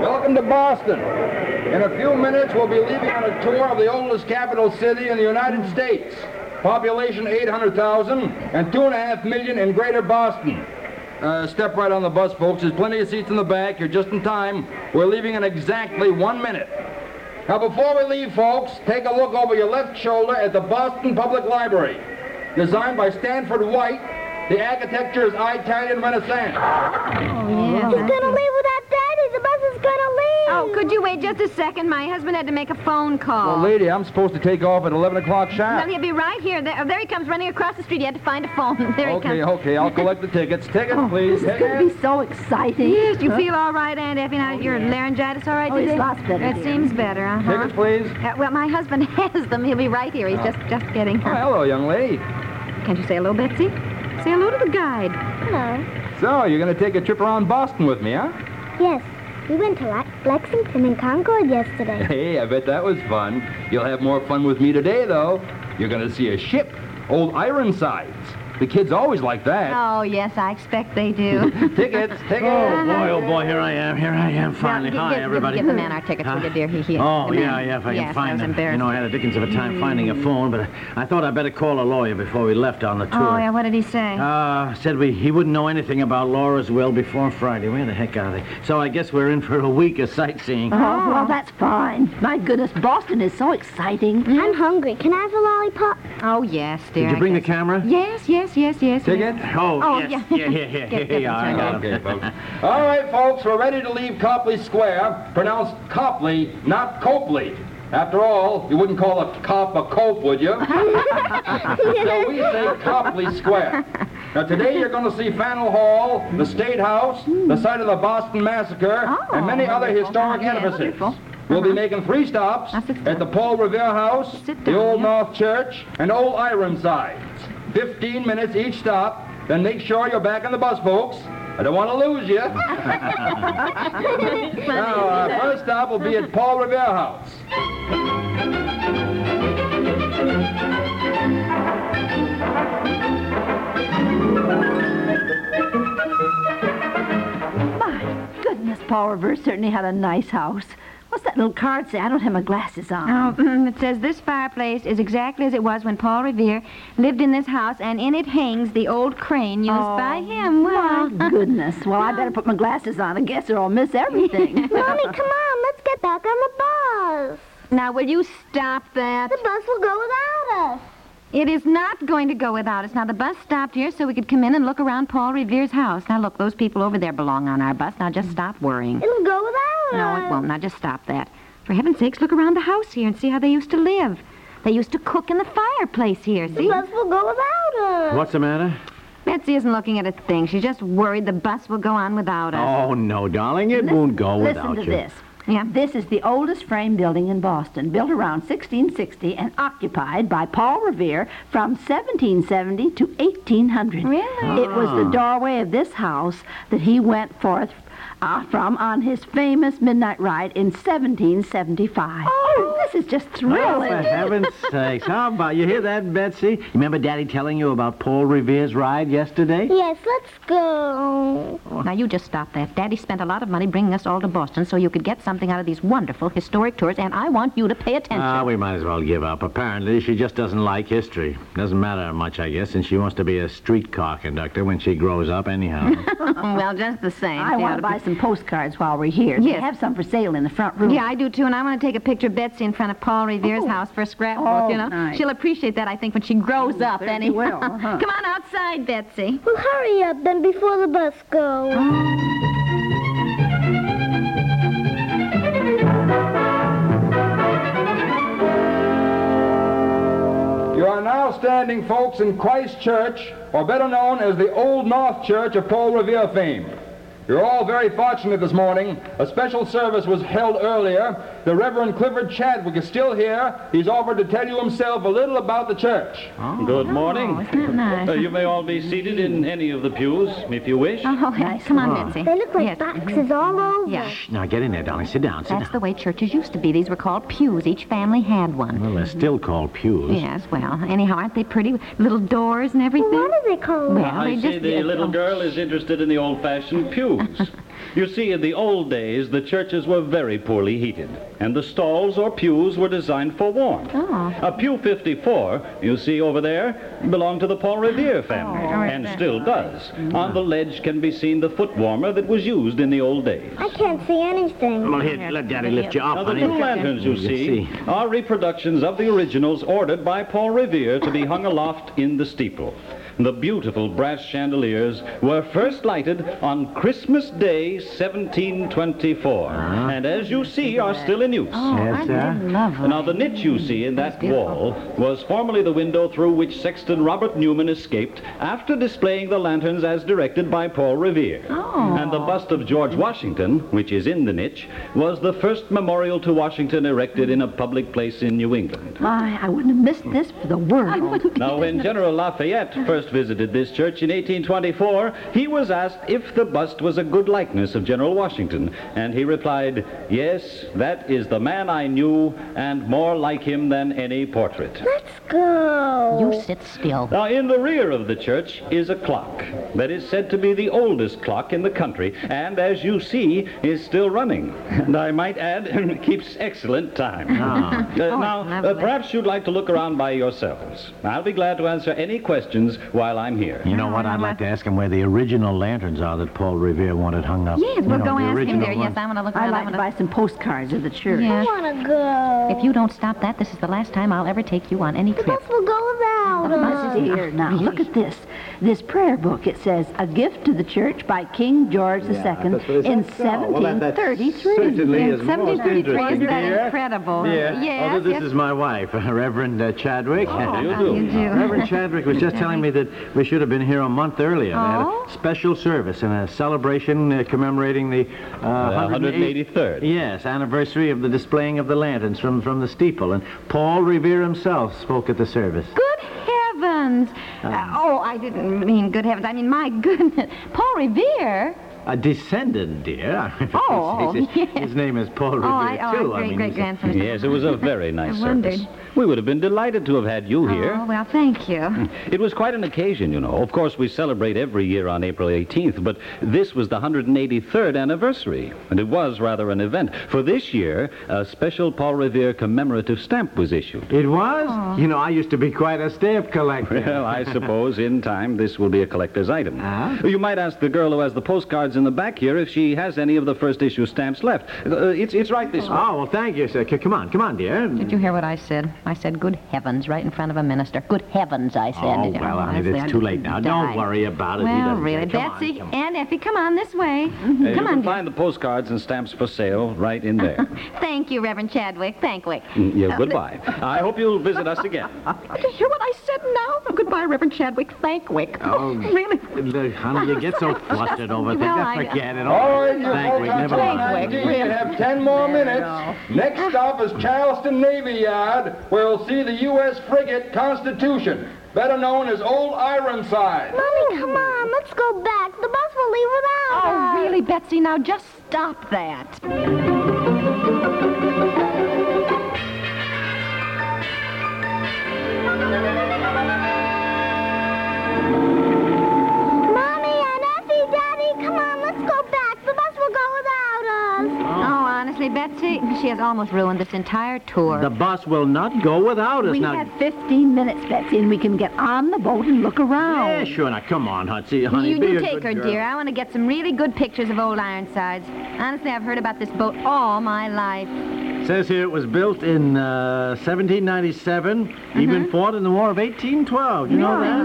Welcome to Boston. In a few minutes, we'll be leaving on a tour of the oldest capital city in the United States. Population 800,000 and 2.5 million in greater Boston. Uh, step right on the bus, folks. There's plenty of seats in the back. You're just in time. We're leaving in exactly one minute. Now, before we leave, folks, take a look over your left shoulder at the Boston Public Library. Designed by Stanford White, the architecture is Italian Renaissance. He's gonna leave without Daddy. The bus is gonna leave. Oh, could you wait just a second? My husband had to make a phone call. Well, lady, I'm supposed to take off at 11 o'clock well, sharp. he'll be right here. There, oh, there he comes, running across the street. You had to find a phone. There he Okay, uh-huh. comes. okay, I'll collect the tickets. Tickets, Oh, please. It's going to be so exciting. Yes, you feel all right, Aunt Effie? Now, your laryngitis all right? Oh, it's today? lots better, It dear. seems better, uh-huh. Tickets, please. Uh, well, my husband has them. He'll be right here. He's just just getting Oh, home. hello, young lady. Can't you say hello, Betsy? Say hello to the guide. Hello. So, you're going to take a trip around Boston with me, huh? Yes, we went to La- Lexington and Concord yesterday. Hey, I bet that was fun. You'll have more fun with me today, though. You're going to see a ship, old Ironsides. The kids always like that. Oh, yes, I expect they do. Tickets, tickets. Oh boy, oh boy, here I am, here I am, finally. gi- Hi, give- give- everybody. give the man our tickets, will you, dear? He- he- oh, the man. yeah, yeah, if I Yes, I can find was them. embarrassed. You know, I had a dickens of a time finding a phone, but I thought I'd better call a lawyer before we left on the tour. oh, yeah, what did he say? Uh, said we he wouldn't know anything about Laura's will before Friday. Where the heck are they? So I guess we're in for a week of sightseeing. Oh, well, that's fine. My goodness, Boston is so exciting. I'm hungry. Can I have a lollipop? oh, yes, dear. Did you I bring the guess. camera? Yes, yes, yes, yes. Ticket? Oh, Oh, yes. yeah. Yeah, yeah, yeah. Get- Here get you are. I them, got 'em. Okay, folks. All right, folks, we're ready to leave Copley Square, pronounced Copley, not Copley. After all, you wouldn't call a cop a cope, would you? so we say Copley Square. Now, today you're going to see Faneuil Hall, the State House, the site of the Boston Massacre, Hmm. Oh, and many other wonderful. Uh-huh. historic Oh, yeah, edifices. wonderful. We'll be making three stops Now sit at the Paul Revere House, Sit the down, Old yeah. North Church, and Old Ironsides. Fifteen minutes each stop, then make sure you're back on the bus, folks. I don't want to lose you. now, our first stop will be at Paul Revere House. My goodness, Paul Revere certainly had a nice house. What's that little card say? I don't have my glasses on. Oh, it says this fireplace is exactly as it was when Paul Revere lived in this house, and in it hangs the old crane used by him. Well, My goodness. Well, I better put my glasses on, I guess, or I'll miss everything. Mommy, come on. Let's get back on the bus. now will you stop that? The bus will go without us. It is not going to go without us. Now the bus stopped here so we could come in and look around Paul Revere's house. Now look, those people over there belong on our bus. Now just stop worrying. It'll go without No, us. it won't. Now just stop that. For heaven's sakes, look around the house here and see how they used to live. They used to cook in the fireplace here. The See, bus will go without us. What's the matter? Betsy isn't looking at a thing. She's just worried the bus will go on without us. Oh, no, darling, it won't go Listen without to you. this. Yeah. This is the oldest frame building in Boston, built around 1660 and occupied by Paul Revere from 1770 to 1800. Really? It was the doorway of this house that he went forth uh, from on his famous midnight ride in 1775. Oh, this is just Oh, thrilling. for heaven's sakes. How about you hear that, Betsy? Remember Daddy telling you about Paul Revere's ride yesterday? Yes, let's go. Now, you just stop that. Daddy spent a lot of money bringing us all to Boston so you could get something out of these wonderful historic tours, and I want you to pay attention. Uh. Ah, we might as well give up. Apparently, she just doesn't like history. Doesn't matter much, I guess, since she wants to be a streetcar conductor when she grows up, anyhow. well, just the same. I They ought want to buy some postcards while we're here. They Yes. have some for sale in the front room. Yeah, I do too, and I want to take a picture of Betsy in front of Paul Revere's house for a scrapbook, Oh, you know? nice. She'll appreciate that, I think, when she grows up, certainly anyhow. will, uh-huh. Come on outside, Betsy. Well, hurry up then before the bus goes. You are now standing, folks, in Christ Church, or better known as the Old North Church of Paul Revere fame. You're all very fortunate this morning. A special service was held earlier The Reverend Clifford Chadwick is still here. He's offered to tell you himself a little about the church. Good Oh, morning. isn't that nice? Uh, you may all be seated in any of the pews, if you wish. Oh, nice. Come on, Betsy. They look like yes. boxes all over. Yeah. Now get in there, darling. Sit down. Sit That's the down. way churches used to be. These were called pews. Each family had one. Well, they're still called pews. Yes, well, anyhow, aren't they pretty? Little doors and everything. What are they called? Well, I they see just um, the little girl is interested in the old-fashioned pews. you see, in the old days, the churches were very poorly heated, and the stalls or pews were designed for warmth. Oh. A pew 54, you see over there, belonged to the Paul Oh, Revere family, and still does. Mm-hmm. On the ledge can be seen the foot warmer that was used in the old days. I can't see anything. Well, here, let Daddy lift you Now, up, the honey. two lanterns you You see see. are reproductions of the originals ordered by Paul Revere to be hung aloft in the steeple. The beautiful brass chandeliers were first lighted on Christmas Day, 1724, and as you see, are still in use. Oh, Yes, I sir. did love them. Now, the niche you see in that wall was formerly the window through which sexton Robert Newman escaped after displaying the lanterns as directed by Paul Revere. And the bust of George Washington, which is in the niche, was the first memorial to Washington erected in a public place in New England. My, I wouldn't have missed this for the world. Now, when General Lafayette first visited this church in 1824, he was asked if the bust was a good likeness of General Washington, and he replied, Yes, that is the man I knew, and more like him than any portrait. Let's go. You sit still. Now, in the rear of the church is a clock that is said to be the oldest clock in the country, and as you see, is still running. And I might add, keeps excellent time. Uh, now, uh, lovely. perhaps you'd like to look around by yourselves. I'll be glad to answer any questions while I'm here. You know what? I'd like to ask him where the original lanterns are that Paul Revere wanted hung up. Yes, You we'll know, go the ask him original there. Yes, ones. I want to look I'd around. like I to wanna... buy some postcards of the church. Yeah. I want to go. If you don't stop that, this is the last time I'll ever take you on any The trip. bus will go without Must us. be here now. Look at this. This prayer book, it says, A Gift to the Church by King George II in 1733. certainly Yeah, 1733, isn't that dear. incredible? Dear. Yes, Although this yes. is my wife, Reverend uh, Chadwick. Oh. How do you do? Reverend Chadwick was just telling me that we should have been here a month earlier. Oh? They had a special service and a celebration uh, commemorating the uh, Uh, 108 183rd. Yes, anniversary of the displaying of the lanterns from, from the steeple. And Paul Revere himself spoke at the service. Good heavens! Um. Uh, oh, I didn't mean good heavens. I mean, my goodness. Paul Revere? A descendant, dear. Oh, his, his- yes. his name is Paul Revere, Oh, I, oh, too. I great mean, great he's a- grandson. Yes, it was a very nice I wondered. service. We would have been delighted to have had you here. Oh, well, thank you. It was quite an occasion, you know. Of course, we celebrate every year on April 18th, but this was the 183rd anniversary, and it was rather an event. For this year, a special Paul Revere commemorative stamp was issued. It was? Oh. You know, I used to be quite a stamp collector. Well, I suppose in time this will be a collector's item. Ah. You might ask the girl who has the postcards in the back here if she has any of the first issue stamps left. Uh, it's, it's right this way. Oh, well, thank you, sir. C- come on, come on, dear. Did you hear what I said? I said, good heavens, right in front of a minister. Good heavens, I said. Oh, Did you- well, honey, honestly, it's I too late now. Don't died. worry about it. He Well, doesn't really, care. Come on, Betsy come on. Mm-hmm. and Effie, come on this way. Uh, you come can on. dear. find the postcards and stamps for sale right in there. Thank you, Reverend Chadwick. Thank you. Mm, yeah, goodbye. I hope you'll visit us again. Did you hear what I said now? Oh, goodbye, Reverend Chadwick. Thank Wick. Oh, really? Look, honey, you get so flustered over things. Well, Just I- forget it. All right, you Thank folks you. on Never mind. Thank you. 219, you have 10 more minutes. Next stop is Charleston Navy Yard, where we'll see the U.S. frigate Constitution, better known as Old Ironside. Mommy, come on. Let's go back. The bus will leave without us. Oh, really, Betsy? Now just stop that. Oh. Mommy and Effie, Daddy, come on. Let's go back. The bus will go without us. Oh, honestly, Betsy, she has almost ruined this entire tour. The bus will not go without us We now. have 15 minutes, Betsy, and we can get on the boat and look Yeah, around. sure. Now, come on, Hutsy, honey. you be you a take good her, girl. dear. I want to get some really good pictures of old Ironsides. Honestly, I've heard about this boat all my life. Says here it was built in uh, 1797. Even fought in the War of 1812. You know Really? that? Mm-hmm.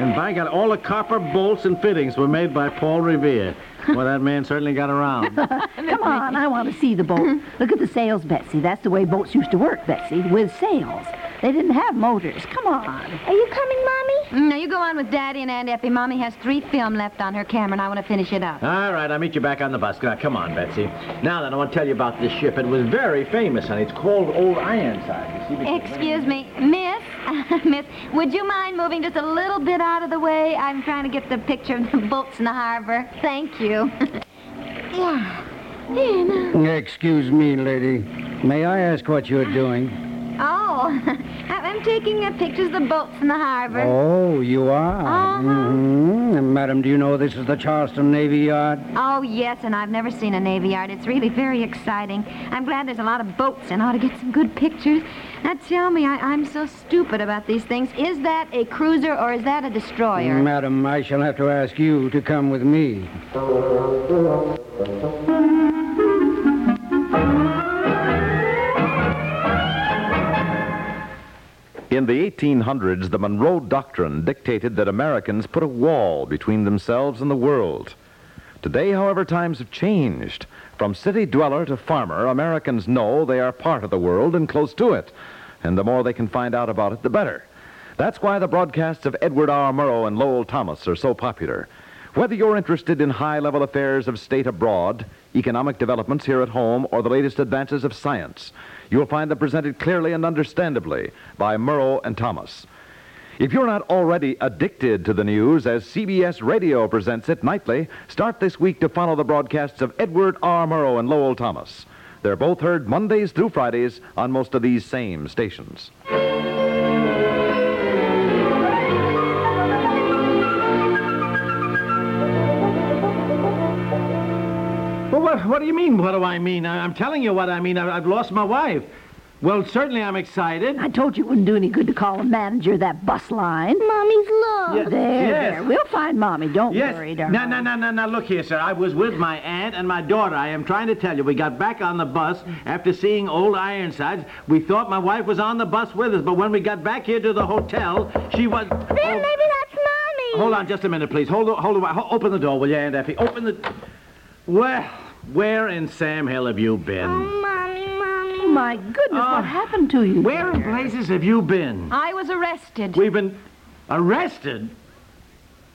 No. And by God, all the copper bolts and fittings were made by Paul Revere. well, that man certainly got around. Come on, I want to see the boat. Look at the sails, Betsy. That's the way boats used to work, Betsy, with sails. They didn't have motors. Come on. Are you coming, Mommy? Mm, Now you go on with Daddy and Aunt Effie. Mommy has three film left on her camera, and I want to finish it up. All right, I'll meet you back on the bus. Now, come on, Betsy. Now then, I want to tell you about this ship. It was very famous, honey. It's called Old Ironside. You see, because- Excuse me, Miss, Miss, would you mind moving just a little bit out of the way? I'm trying to get the picture of the boats in the harbor. Thank you. Excuse me, lady. May I ask what you're doing? Oh, I'm taking uh, pictures of the boats in the harbor. Oh, you are? Uh-huh. hmm Madam, do you know this is the Charleston Navy Yard? Oh, yes, and I've never seen a Navy Yard. It's really very exciting. I'm glad there's a lot of boats and I ought to get some good pictures. Now, tell me, I, I'm so stupid about these things. Is that a cruiser or is that a destroyer? Madam, I shall have to ask you to come with me. In the 1800s, the Monroe Doctrine dictated that Americans put a wall between themselves and the world. Today, however, times have changed. From city dweller to farmer, Americans know they are part of the world and close to it. And the more they can find out about it, the better. That's why the broadcasts of Edward R. Murrow and Lowell Thomas are so popular. Whether you're interested in high level affairs of state abroad, economic developments here at home, or the latest advances of science, you'll find them presented clearly and understandably by Murrow and Thomas. If you're not already addicted to the news as CBS Radio presents it nightly, start this week to follow the broadcasts of Edward R. Murrow and Lowell Thomas. They're both heard Mondays through Fridays on most of these same stations. Well, what, what do you mean, what do I mean? I, I'm telling you what I mean. I, I've lost my wife. Well, certainly I'm excited. I told you it wouldn't do any good to call a manager of that bus line. Mommy's love. Yeah. There, Yes. there. We'll find Mommy. Don't Yes. worry, No, darling. no, no, no, no. Look here, sir. I was with my aunt and my daughter. I am trying to tell you. We got back on the bus after seeing old Ironsides. We thought my wife was on the bus with us, but when we got back here to the hotel, she was. Then Oh, maybe that's Mommy. hold on just a minute, please. Hold, hold, hold, ho- open the door, will you, Aunt Effie? Open the. Well, where in Sam Hill have you been? Oh, Mommy, Mommy. Oh, my goodness, Ah. what happened to you? Where in blazes have you been? I was arrested. We've been arrested.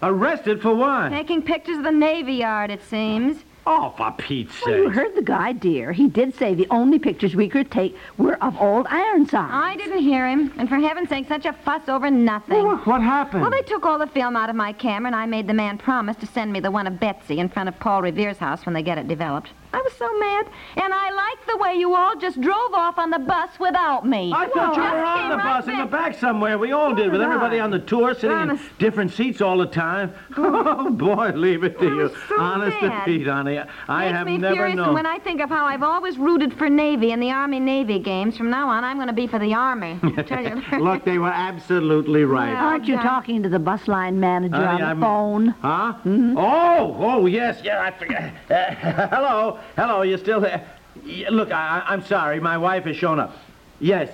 Arrested for what? Taking pictures of the Navy Yard, it seems. Oh, for Pete's sake. Well, you heard the guy, dear. He did say the only pictures we could take were of old Ironside. I didn't hear him, and for heaven's sake, such a fuss over nothing. Well, what happened? Well, they took all the film out of my camera, and I made the man promise to send me the one of Betsy in front of Paul Revere's house when they get it developed. I was so mad, and I liked the way you all just drove off on the bus without me. I thought you Just were on came the right bus in the back. back somewhere. We all did, with did everybody I? on the tour sitting in Honest. different seats all the time. Oh, boy, leave it to I you. was so Honest mad. to Pete, honey. I Makes have me never furious known. when I think of how I've always rooted for Navy in the Army Navy games. From now on, I'm going to be for the Army. I tell you. Look, they were absolutely right. Aren't you Yeah. talking to the bus line manager Honey, on the I'm- phone? Huh? Mm-hmm. Oh, oh, yes, yeah, I forget. Uh, hello, hello, you still there? Y- Look, I, I- I'm sorry, my wife has shown up. Yes.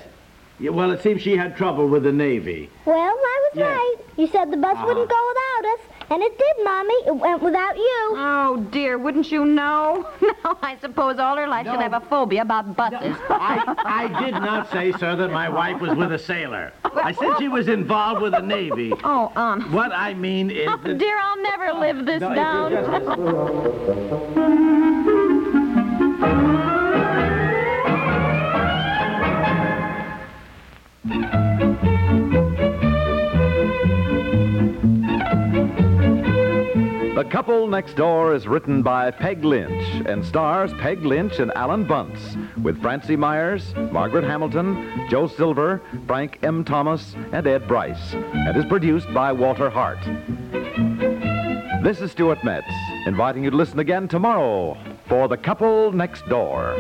Yeah, Well, it seems she had trouble with the Navy. Well, I was Yes. Uh-huh. right. You said the bus wouldn't go without us, and it did, Mommy. It went without you. Oh, dear, wouldn't you know? No, I suppose all her life she'll No. have a phobia about buses. I, I did not say, sir, that my wife was with a sailor. I said she was involved with the Navy. Oh, um. What I mean is Oh, that... dear, I'll never live this No, it- it down. just- The Couple Next Door is written by Peg Lynch and stars Peg Lynch and Alan Bunce with Francie Myers, Margaret Hamilton, Joe Silver, Frank M. Thomas, and Ed Bryce, and is produced by Walter Hart. This is Stuart Metz, inviting you to listen again tomorrow for The Couple Next Door.